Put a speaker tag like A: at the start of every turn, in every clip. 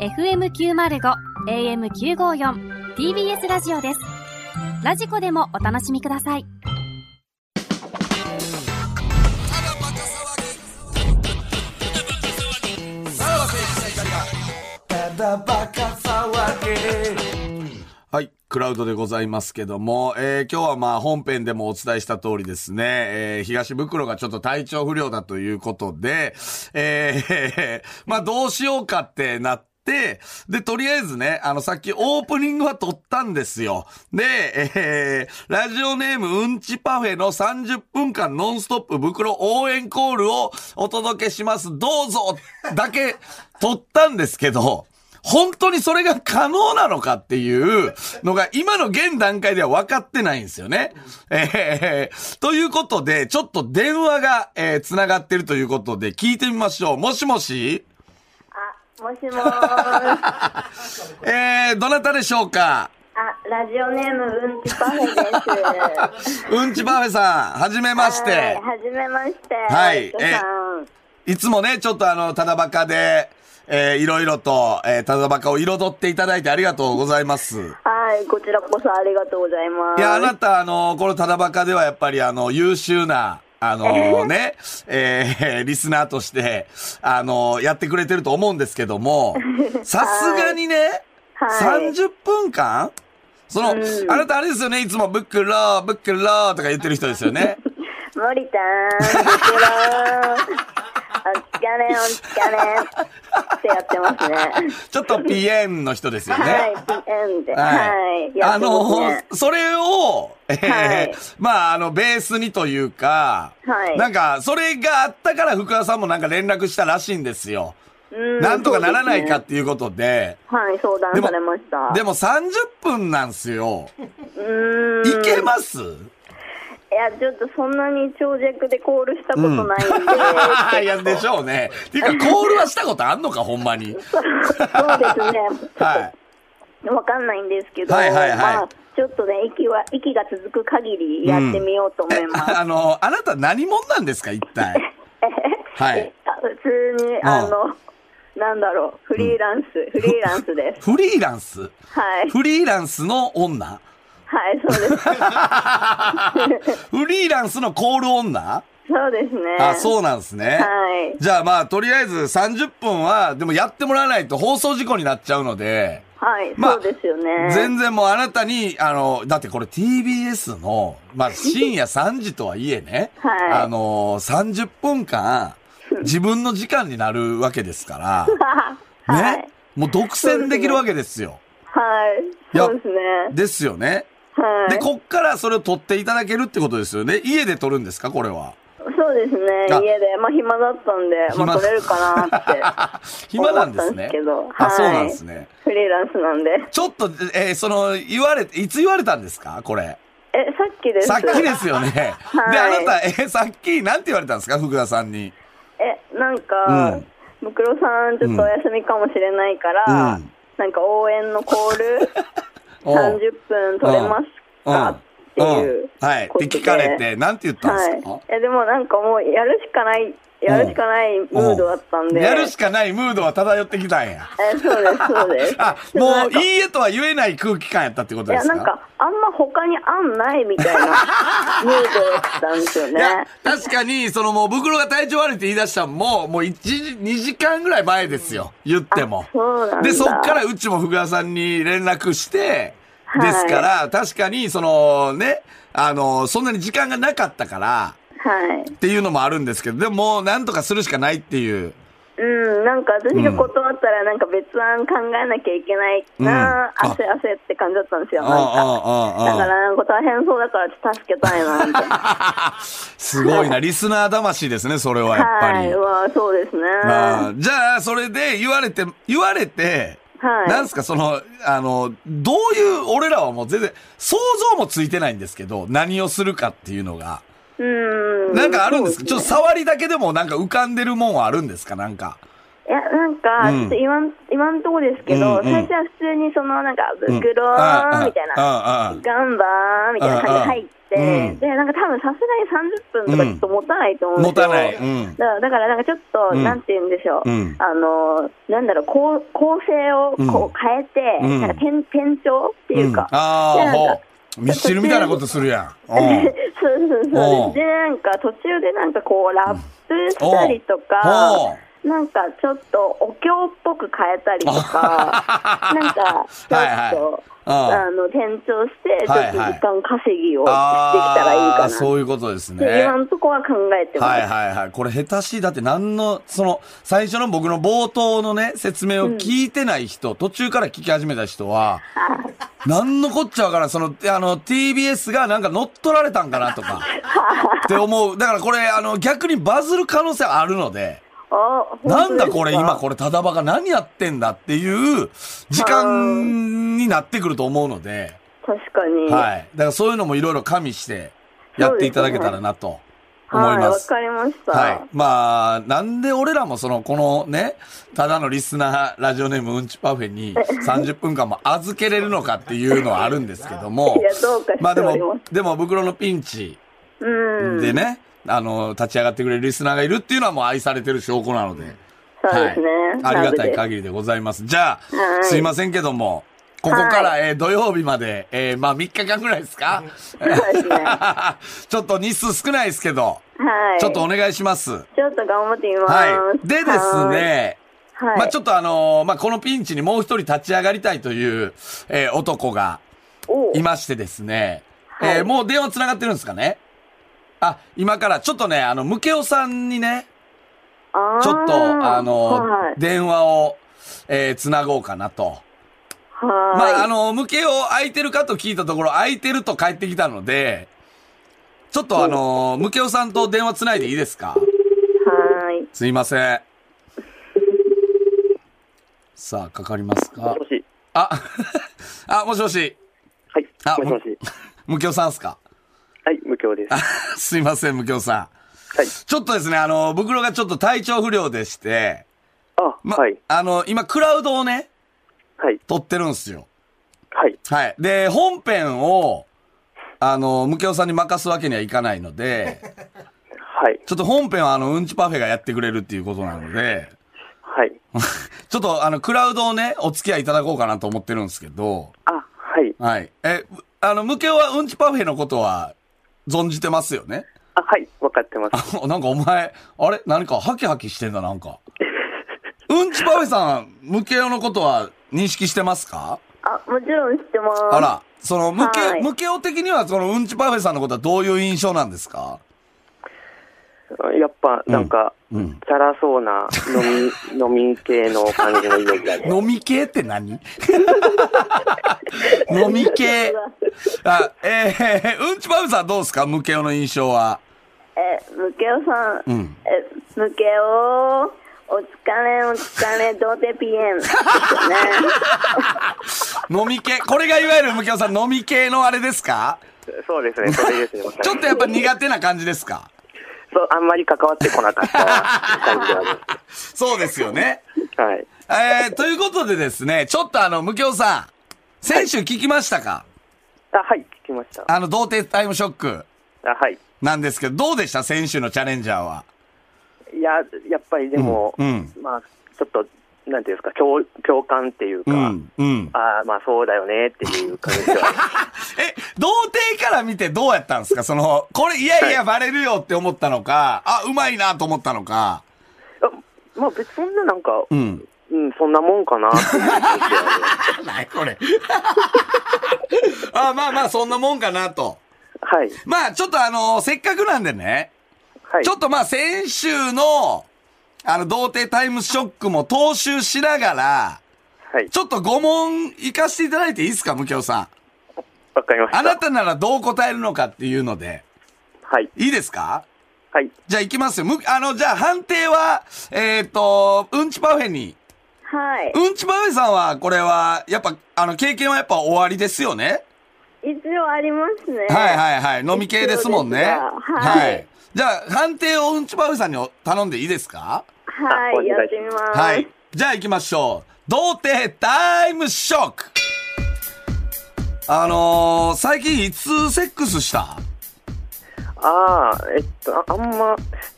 A: FM905 AM954 TBS ラジオですラジコでもお楽しみください
B: はい、クラウドでございますけども、えー今日はまあ本編でもお伝えした通りですね、えー東袋がちょっと体調不良だということで、えー まあどうしようかってなって、で、とりあえずね、あの、さっきオープニングは撮ったんですよ。で、えーラジオネームうんちパフェの30分間ノンストップ袋応援コールをお届けします。どうぞだけ撮ったんですけど、本当にそれが可能なのかっていうのが今の現段階では分かってないんですよね。えーということで、ちょっと電話が、えー繋がってるということで聞いてみましょう。もしもし
C: あ、もしもーあ、
B: えー、どなたでしょうか
C: ラジオネームうんちパフ ェです。
B: うんちパフェさん、はじめまし
C: はい
B: て。
C: はじめまして。
B: はい
C: えさん。
B: いつもね、ちょっとあの、ただバカで、えーいろいろと、えーただバカを彩っていただいてありがとうございます。
C: はい、こちらこそありがとうございます。
B: いや、あなた、あの、このタダバカではやっぱり、あの、優秀な、あ のね、えー、リスナーとして、あの、やってくれてると思うんですけど も、さすがにね、
C: はい
B: 30分間その、
C: うん
B: あなたあれですよね、いつも、ブックロー、ブックローとか言ってる人ですよ ね。
C: 森 田ーん、こちらーん。お疲れ、お疲れ。ってやってますね。
B: ちょっとピエンの人ですよね。
C: はい、PN で。はい。や
B: あ
C: ってます
B: の
C: ね。、
B: それを、えー
C: はい
B: まあ、あの、ベースにというか、
C: はい
B: なんか、それがあったから福田さんもなんか連絡したらしいんですよ。
C: う
B: なんとかならないか
C: そう
B: っ
C: で
B: ていうことで、
C: すねはい、相談されました。
B: でも30分なんすよ。
C: うーん。
B: いけます
C: いや、ちょっとそんなに長尺でコールしたことないん で。
B: いや、でしょうね。っていうか、コールはしたことあんのか、ほんまに。
C: そうですね。
B: はい。
C: わかんないんですけど、
B: はいはいはい
C: まあ、ちょっとね、息は、息が続く限りやってみようと思います。
B: あの、あなた何者なんですか、一体。 はい。
C: あ普通に、
B: あ
C: あの、なんだろう、フリーランス、フリーランスです。
B: フリーランス。
C: はい。
B: フリーランスの女
C: はい、そうです。
B: フリーランスのコール女
C: そうですね。
B: あ、
C: う。
B: そうなんですね。
C: はい。
B: じゃあまあ、とりあえず30分は、でもやってもらわないと放送事故になっちゃうので、
C: はい、
B: まあ
C: そうですよね。
B: 全然もうあなたに、あの、だってこれ TBS の、まあ 深夜3時とはいえね、
C: はい
B: あの、30分 間、自分の時間になるわけですから、ね、
C: はい。
B: もう独占できるわけですよ。
C: はい。
B: いや
C: そうですね。
B: ですよね。
C: はい。
B: で、こっからそれを撮っていただけるってことですよね。家で撮るんですかこれは。
C: そうです
B: あ
C: ね。家で、まあ暇だったんで、まあ
B: 暇
C: 取れるかなって。
B: 暇なんです
C: 思ったんで
B: ね
C: すけど。
B: あ、
C: はい
B: そうなんですね。
C: フリーランスなんで。
B: ちょっと、えーその、言われ、いつ言われたんですかこれ。
C: え、さっきです。
B: さっきですよね。で、
C: はい
B: あなた、えーさっき、なんて言われたんですか福田さんに。
C: えなんか、
B: うん
C: ムクロさんちょっとお休みかもしれないから、
B: うん
C: なんか応援のコール
B: おう
C: 30分取れますかっていうことで、
B: はい。って聞かれて、なんて言ったんですか、
C: はい、えでもなんかもうやるしかないやるしかないムードだったんで
B: やるしかないムードは漂ってきたんや。
C: えそうですそうで す
B: あ、
C: でもな
B: も
C: ん
B: う、
C: か
B: いいえとは言えない空気感やったってことで
C: いや
B: すか
C: なんかあんま他に案ないみたいなムードだったんですよ
B: い
C: ね
B: や、確かに、そのもう、袋が体調悪いって言い出したのも、もう1時、2時間ぐらい前ですよ。言っても。
C: そうなんだ
B: で、そっからうちも福田さんに連絡して、ですから、確かに、そのね、あの、そんなに時間がなかったから、
C: はい
B: っていうのもあるんですけど、でももうなんとかするしかないっていう。
C: うん、なんか私が断ったらなんか別案考えなきゃいけないな、
B: うん
C: 汗汗って感じだったんですよ。
B: あ
C: なんか
B: あ、
C: だ
B: ああ、
C: か
B: ああ。
C: らなんか大変そうだからちょっと助けたいなみたいな。
B: すごいな。リスナー魂ですね、それはやっぱ
C: は
B: り
C: い、。まあそうですね。
B: あ
C: は
B: あじゃあ、それで言われて、言われて、なん
C: い。
B: すか、その、あの、どういう、俺らはもう全然、想像もついてないんですけど、何をするかっていうのが。
C: うん。
B: なんかあるんですかち
C: そ
B: ょ
C: う
B: っと
C: ね
B: 触りだけでもなんか浮かんでるもんはあるんですかなんか。
C: いや、なんか、
B: うん
C: ちょっと今ん、今んとこですけ
B: う
C: ど、
B: んうん
C: 最初は普通にその、なんか、
B: うん
C: 袋ーみたい
B: あ
C: な、
B: あああ
C: ガンバーみたいな感じで入っ
B: あああう
C: て
B: ん、
C: で、なんか多分さすがに30分とかちょっと持たないと思うん
B: 持
C: です
B: た
C: よ。
B: ない。うん。
C: だから、だからなんかちょっと、
B: うん
C: なんて言うんでしょう。
B: うん
C: あのー、なんだろう、こう構成をこう変え
B: う
C: て、
B: ん
C: なんか転、転調っていうか。
B: あ
C: で
B: あ、
C: なんか
B: ほう。ミスチルみたいなことするやん。うん。
C: そうそう
B: お
C: そうう。で、なんか途中でなんかこう、ラップしたりと
B: お
C: か
B: う、
C: なんかちょっとお経っぽく変えたり とか、なんかちょ
B: はいはい
C: っと、
B: あ
C: あの、転調して、ちょ
B: はいは
C: っ
B: い
C: と時間稼ぎをしてきたらいいか
B: あ
C: な。
B: あ、
C: って
B: そういうことですね。
C: 今のとこは考えてま
B: は
C: す。
B: いはいはい。これ下手しい。だって何の、その、最初の僕の冒頭のね、説明を聞いてない人、途中から聞き始めた人は、何のこっちゃわからん。その、あの、TBS がなんか乗っ取られたんかなとか、って思う。だからこれ、あの、逆にバズる可能性あるので、
C: あ
B: なんだこれ今
C: れ。
B: これただバカ何やってんだっていう時間になってくると思うので、
C: 確かに。
B: はい。だからそういうのもいろいろ加味してやっていただけたらなと思い
C: はい、
B: ま
C: わ
B: す。
C: かりました。
B: はい。まあ、なんで俺らもその、このね、ただのリスナー、ラジオネームうんちパフェに30分間も預けれるのかっていうのはあるんですけども
C: いや、どうか、
B: まあ
C: し
B: で
C: ており
B: も
C: ま、
B: でも、袋のピンチ
C: す。うん。
B: でね、あの、立ち上がってくれるリスナーがいるっていうのはもう愛されてる証拠なので、
C: そうですね。
B: はい。ありがたい
C: なので
B: 限りでございます。じゃあ、
C: はい
B: すいませんけども、ここから、えー土曜日まで、えーまあ3日間ぐらいですか、
C: そうですね。
B: ちょっと日数少ないですけど、
C: はい。
B: ちょっとお願いします。
C: ちょっと頑張ってみます。
B: はい。でですね、
C: はい。はい。
B: まあちょっとあのーまあこのピンチにもう一人立ち上がりたいという、えー男が
C: おう
B: いましてですね、
C: はい
B: えーもう電話繋がってるんですかねあ、今からちょっとね、あの、ムケオさんにね、
C: あー
B: ちょっと、あのー
C: はい。
B: 電話を、えー繋ごうかなと。ま
C: はい
B: あ、あの、向けを空いてるかと聞いたところ、空いてると帰ってきたので、ちょっとあの、向けおさんと電話つないでいいですか
C: はい。
B: すいません。さあ、かかりますか
D: もしもし。
B: あ、 あ、もしもし、
D: はい。
B: あ
D: もしもし。
B: 向けおさんっすか
D: はい、無教です。は
B: すいません、向けおさん。
D: い。
B: ちょっとですね、あの、袋がちょっと体調不良でして、
D: あ、
B: ま、
D: はい。
B: あの、今、クラウドをね、
D: はい。
B: 撮ってるんすよ。
D: はい。
B: はい。で、本編を、あの、向雄さんに任すわけにはいかないので、
D: はい。
B: ちょっと本編はあの、うんちパフェがやってくれるっていうことなので、
D: はい。
B: ちょっとあの、クラウドをね、お付き合いいただこうかなと思ってるんですけど、
D: あ、はい。
B: はい。え、あの、向雄はうんちパフェのことは、存じてますよね
D: あ、はい。わかってます。
B: あなんかお前、あれ何かハキハキしてんだ、なん か。うんちパフェさん、向雄のことは認識してますか
C: あ、もちろん知ってます。
B: あ。ら、その、向け、
C: はい
B: 向けお的には、その、うんちパフェさんのことはどういう印象なんです か
D: やっぱ、なんか、
B: うん。
D: チャラそうな飲 み、飲み系の感じのイメージだね。
B: 飲み系って 何飲み 系。あ、えー、うんちパフェさんどうですか向けおの印象は。
C: え、むけおさん。
B: うん。
C: え、むけお。お疲れ、お疲れ、童貞ピエン。 ですよね。
B: 飲み系。これがいわゆる向けおさん、飲み系のあれですか
D: そうですね。それですね。まさに
B: ちょっとやっぱ苦手な感じですか
D: そう、あんまり関わってこなかった感じはありま
B: そうですよね。
D: す。はい。
B: えー、ということでですね、ちょっとあの、向けおさん、先週聞きましたか、
D: あ、はい。聞きました。
B: あの、童貞タイムショック。
D: あ、はい。
B: なんですけど、どうでした先週のチャレンジャーは。
D: いや、やっぱりでも、
B: うん
D: まあ、ちょっと、なんていうんですか、共共感っていうか、
B: うん。うん。
D: あーまあそうだよねっていう感じは。
B: え、童貞から見てどうやったんですかその、これ、いやいや、バレるよって思ったのか、あ、うまいなと思ったのか。
D: あまあ別にそんななんか、
B: ん。
D: うん、そんなもん かなっていう感じで
B: なこれ。 あ、まあまあ、そんなもんかなと。
D: はい。
B: まあ、ちょっとあのせっかくなんでね、
D: はい。
B: ちょっとまあ、先週の、あの、童貞タイムショックも踏襲しながら、
D: はい。
B: ちょっと5問行かせていただいていいですか、無教さん。
D: わかりました。
B: あなたならどう答えるのかっていうので。
D: はい。
B: いいですか
D: はい。
B: じゃあ行きますよ。む、あの、じゃあ判定は、えっ、と、うんちパフェに。
C: はい。
B: うんちパフェさんは、これは、やっぱ、あの、経験はやっぱ終わりですよね。
C: 一応ありますね。
B: はいはいはい。飲み系ですもんね。
C: そうですがはい
B: じゃあ、判定をうんちパフェさんにお頼んでいいですか
C: は
D: お願
C: い、
D: いし
C: や
D: ます
C: ってみます。
B: はい。じゃあ行きましょう。童貞タイムショック。あのー、最近いつセックスした
D: ああ、えっと、ああんま、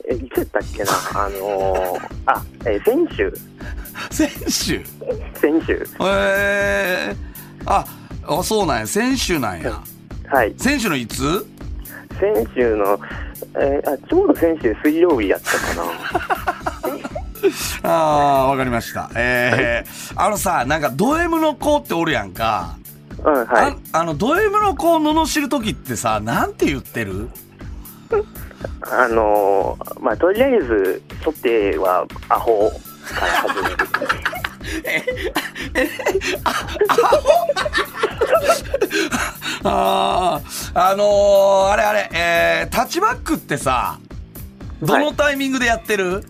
D: え、いつやったっけな、あのー、あ、え、先週、
B: 先週。
D: 先週、
B: えー、あ、あそうなんや。先週なんや。
D: はい、
B: 先週のいつ
D: 先週の、えーあ、ちょうど先週水曜日やったかな。
B: ああ、わかりました。えー、あのさ、なんかド M の子っておるやんか。
D: うん、はい。
B: ああの、ド M の子を罵るときってさ、なんて言ってる
D: あのー、まあ、とりあえず、とっては、アホから始める。
B: ああ、あのー、あれあれ、えー、タッチバックってさ、どのタイミングでやってる、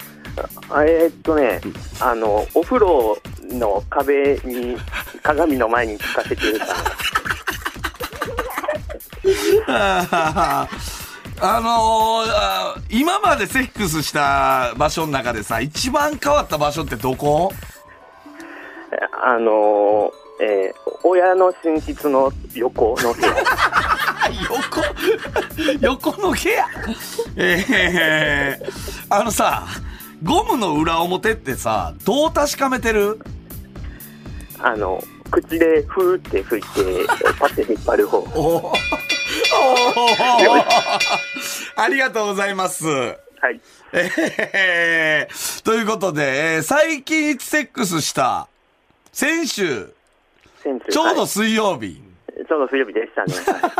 D: あえーっとね、あの、お風呂の壁に、鏡の前に聞かせてる から、
B: あのーあー今までセックスした場所の中でさ、一番変わった場所ってどこ
D: あのー、えー親の寝室の横の部屋。
B: あ横、 横の毛や。ええあのさ、ゴムの裏表ってさ、どう確かめて る
D: あの、口でふーって吹いて、パッて引っ張る方。
B: おおお ありがとうございます。
D: はい。
B: えー、 ということで、えー最近セックスした、先週、
D: 先週
B: ちょう
D: は
B: ど
D: い
B: 水曜日。
D: ちょうど水曜日で したね。は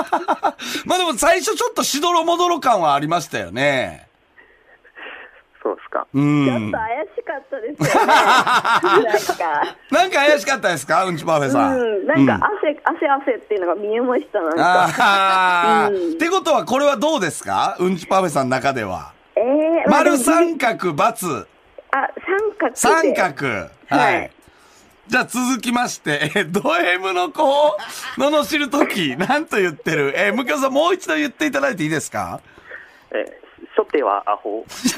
D: い
B: まあでも最初ちょっとしどろもどろ感はありましたよね。
D: そうですか。
B: う
C: ちょっ
B: ん。な
C: と怪しかったですよね。なんか。
B: んか怪しかったですかうんちパフェ さん。
C: うん、なんか汗、汗汗っていうのが見えました、なんか。
B: ああ、
C: うん
B: ってことはこれはどうですかうんちパフェさんの中では。
C: ええ
B: 丸
C: ー、まあでも
B: 三角×
C: あ、三角で。
B: 三角。は
C: はいい。
B: じゃあ続きまして、え、ド M の子を罵るとき、 なんと言ってるえ、むきおさんもう一度言っていただいていいですか
D: えー、初手はアホ。
B: 初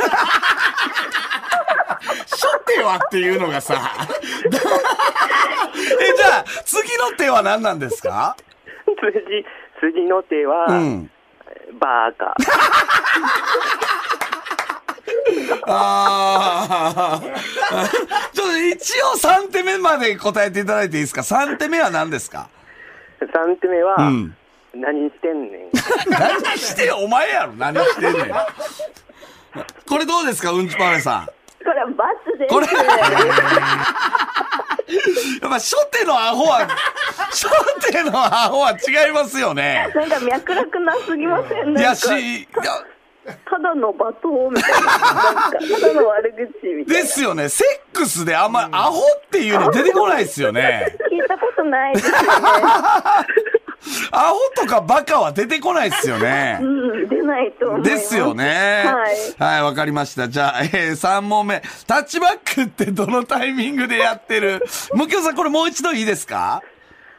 B: 手はっていうのがさ。 え、じゃあ、次の手は何なんですか
D: 次、次の手は、
B: うん。
D: バーカ。
B: ああ。 ちょっと一応3手目まで答えていただいていいですか ?3 手目は何ですか
D: 三手目は、
B: うん
D: 何してんねん。
B: 何してよお前やろ何してんねん。これどうですかうんちパフェさん。
C: これはバツです。
B: これやっぱ初手のアホ は、初手のアホは違いますよね。
C: なんか脈絡なすぎません
B: い
C: なん
B: や
C: か
B: し、いや
C: ただの罵倒みたいな。なんか、ただの悪口みたい
B: で
C: な。
B: すよね。セックスであんまりアホっていうの出てこないですよね。
C: 聞いたことないですよね。
B: アホとかバカは出てこないですよね。
C: うん、出ないと思います。
B: ですよね。
C: はい。
B: はい、わ、かりました。じゃあ、えー、3問目。タッチバックってどのタイミングでやってる無教さん、これもう一度いいですか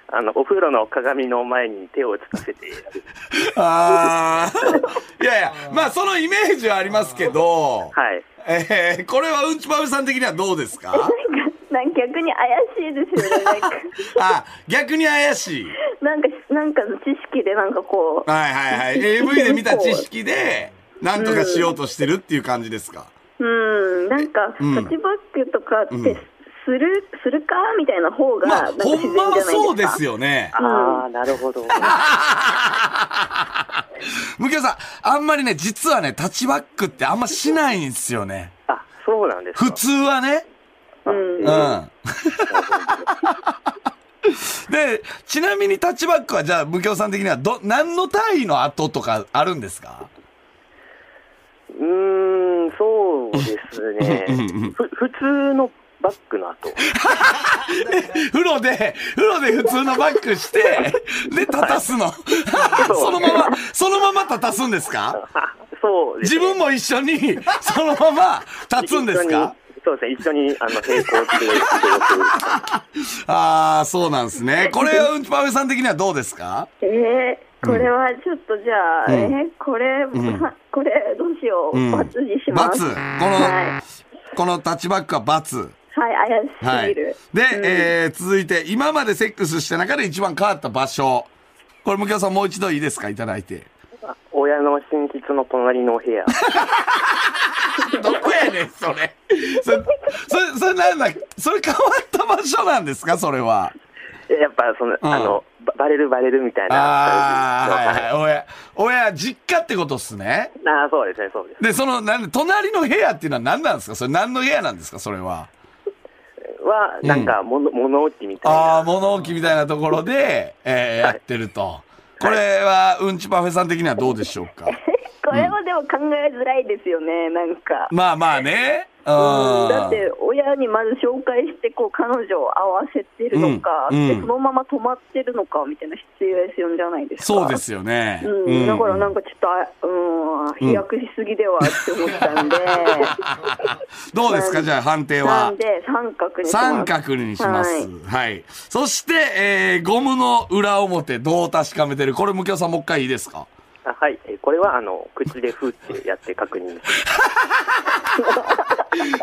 D: あの、お風呂の鏡の前に手をつかせてやる。
B: あー。いやいや、まあ、そのイメージはありますけど、
D: はい。
B: えー、これはうんちぱぶさん的にはどうですか
C: なんか、なんか逆に怪しいですよね。なんか、
B: あ、逆に怪しい。
C: なんか、なんかの知識でなんかこう、
B: はいはいはい。AV で見た知識で、なんとかしようとしてるっていう感じですか。
C: うん、なんか、
B: ん
C: タッチバックとかってする、するかみたいな方が、
B: ま
C: な
B: あ
C: ん、か
B: ほ
C: 自然
B: ん
C: じゃ
B: まは
C: ないですか。
B: そうですよね。
D: ああ、なるほど。
B: むきおさん、あんまりね、実はね、タッチバックってあんましないんですよね。
D: あ、そうなんですか。
B: 普通はね。
C: うん。
B: うん。 で、ちなみにタッチバックは、じゃあ、むきおさん的には、ど、何の単位の後とかあるんですか
D: うーん、そうですね
B: うんうんうん。
D: ふ普通のバッグの後。
B: 風呂で、風呂で普通のバックして、で、立たすの。そのまま、そのまま立たすんですか
D: あ、そうです、
B: 自
D: ね。
B: 分も一緒に、そのまま立つんですか
D: 一緒にそうですね。一緒に、あの、並行してして
B: ああ、そうなんですね。これ、うんちぱべさん的にはどうですか
C: えー、これはちょっとじゃ
B: う
C: あ、
B: ん
C: えーこれ、
B: ん
C: はこれどうしよう、
B: うん
C: 罰にします。
B: 罰この
C: はい、
B: このタッチバックは×。
C: はい、怪し
B: は
C: すぎ
B: い。
C: る
B: で。、えー、続いて、今までセックスした中で一番変わった場所。これ、向井さんもう一度いいですかいただいて。
D: 親の寝室の隣のお部 屋。
B: どこやねん、それ。それ、それ、それなんだ、それ変わった場所なんですかそれは。
D: やっぱ、その、あの、ばバレるバレるみたいな。
B: ああ、
D: そう
B: はいはい。親、親、実家ってことっすね。
D: あーそうですね、そうで
B: で、その、なんで、隣の部屋っていうのは何なんですかそれ何の部屋なんですかそれは。
D: す。は、なんか、物、物置みたい
B: ああ、
D: な。
B: 物置みたいなところで、えーやってると。これは、うんちパフェさん的にはどうでしょうか
C: これはでも考えづらいですよね、なんか。
B: まあまあね。うん。
C: だって親にまず紹介してこう彼女を会わせてるのか、
B: うん
C: で
B: うん
C: そのまま止まってるのかみたいなシチュエーションじゃないですか
B: そうですよね。
C: うんだからなん
B: か。
C: かちょっとあ、うん、飛躍しすぎではって思っ たんで、
B: どうですかじゃあ判定
C: な
B: は
C: ん。で三角にします
B: 三角にします。
C: は
B: はいい。そして、えーゴムの裏表、どう確かめてるこれ、むきおさんもう一回いいですか
D: あはい。えこれは、あの、口でふってやって確認です。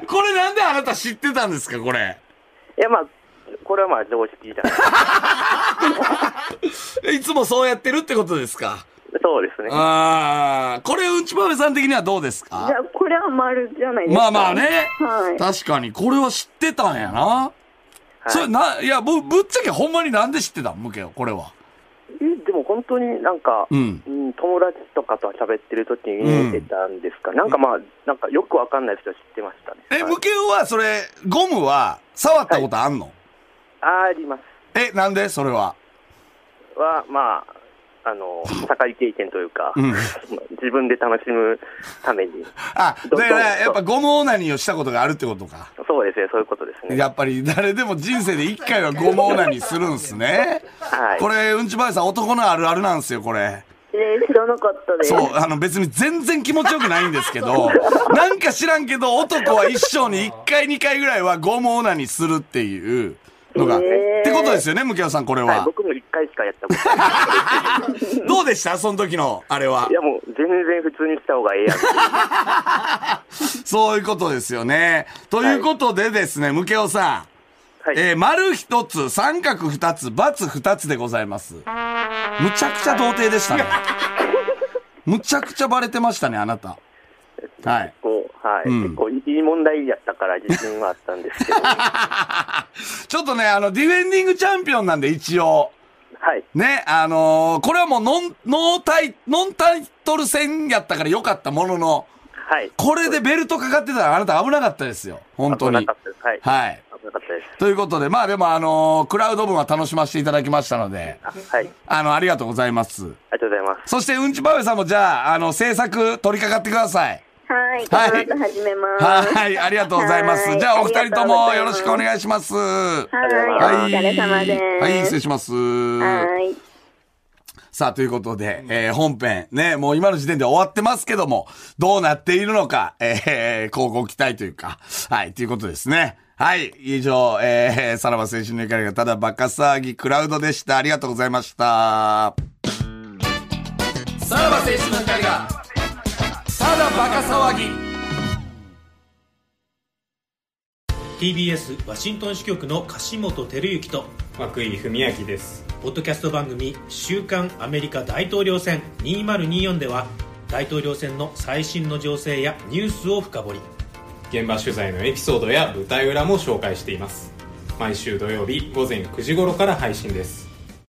B: これなんであなた知ってたんですかこれ。
D: いや、まあ、これはまあ、常識じゃない。
B: いつもそうやってるってことですか
D: そうですね。
B: ああ、これ、うんちぱめさん的にはどうです
C: じゃ
B: か
C: あこれは丸じゃないです
B: ま
C: か
B: あまあね、
C: はい
B: 確かに、これは知ってたんやな。それな、いや、ぶ、ぶっちゃけほんまになんで知ってたんむけよ、これは。
D: えでも本当になんか、
B: う
D: うんん、友達とかと喋ってる時に
B: うん
D: 見えてたんですか、なんかまあ、なんかよくわかんない人は知ってましたね。
B: え、
D: はい
B: むけよは、それ、ゴムは、触ったことあんの、
D: あります。
B: え、なんでそれは。
D: は、まあ、あの、社会経験というか、
B: うん
D: 自分で楽しむために。
B: あ、だ
D: ど
B: から、やっ
D: ど
B: ぱゴムオナニーをしたことがあるってことか。
D: そうですね、そういうことですね。
B: やっぱり、誰でも人生で一回はゴムオナニーするんすね。
D: はい。
B: これ、うんちばやさん、男のあるあるなんですよ、これ。
C: えー知らなかったです
B: そう、あの別に全然気持ちよくないんですけど、 なんか知らんけど、男は一生に一回二回ぐらいはゴムオナニーするっていうのが、
C: へー
B: ってことですよね、向井さん、これ
D: はい
B: は。
D: 僕も一回しかやったこと ない。。
B: どうでしたその時の、あれはい
D: やもう全然普通にした方がええやん。
B: そういうことですよね。ということでですね、向井さん。
D: はい。
B: えー丸一つ、三角二つ、×二つでございます。むちゃくちゃ童貞で したね。むちゃくちゃバレてましたね、あなた。はい。
D: こうはい、
B: うん
D: 結構いい問題やったから自信はあったんで すけど。は
B: ちょっとね、あの、ディフェンディングチャンピオンなんで、一応。
D: い。
B: ね、あのーこれはもうノン、ノータイ、ノンタイトル戦やったから良かったものの、
D: はい。
B: これでベルトかかってたらあなた危なかったですよ。本当
D: 危
B: に
D: なか。ったです。はい。
B: はい。
D: 危なかったです。
B: ということで、まあでもあのークラウド分は楽しませていただきましたので、
D: あはい。
B: あの、ありがとうございます。
D: ありがとうございます。
B: そして、うんちばべさんもじゃあ、あの、制作取り掛かってください。
C: はいこ
B: はい
C: の後始めます
B: はい、ありがとうございます。じゃあ、お二人ともよろしくお
C: いし
B: 願いします。は
C: ますはいお疲れ様です
B: はい、失礼します。
C: はい
B: さあ、ということで、えー本編、ね、もう今の時点で終わってますけども、どうなっているのか、えー、広告期待というか、はい、ということですね。はい、以上、えー、さらば青春の怒りがただバカ騒ぎクラウドでした。ありがとうございました。さらば青春の怒りが、ただバカ騒ぎ。
E: TBS ワシントン支局の樫本照之と
F: 涌井文明です
E: ポッドキャスト番組「週刊アメリカ大統領選2024」では大統領選の最新の情勢やニュースを深掘り
F: 現場取材のエピソードや舞台裏も紹介しています毎週土曜日午前9時頃から配信です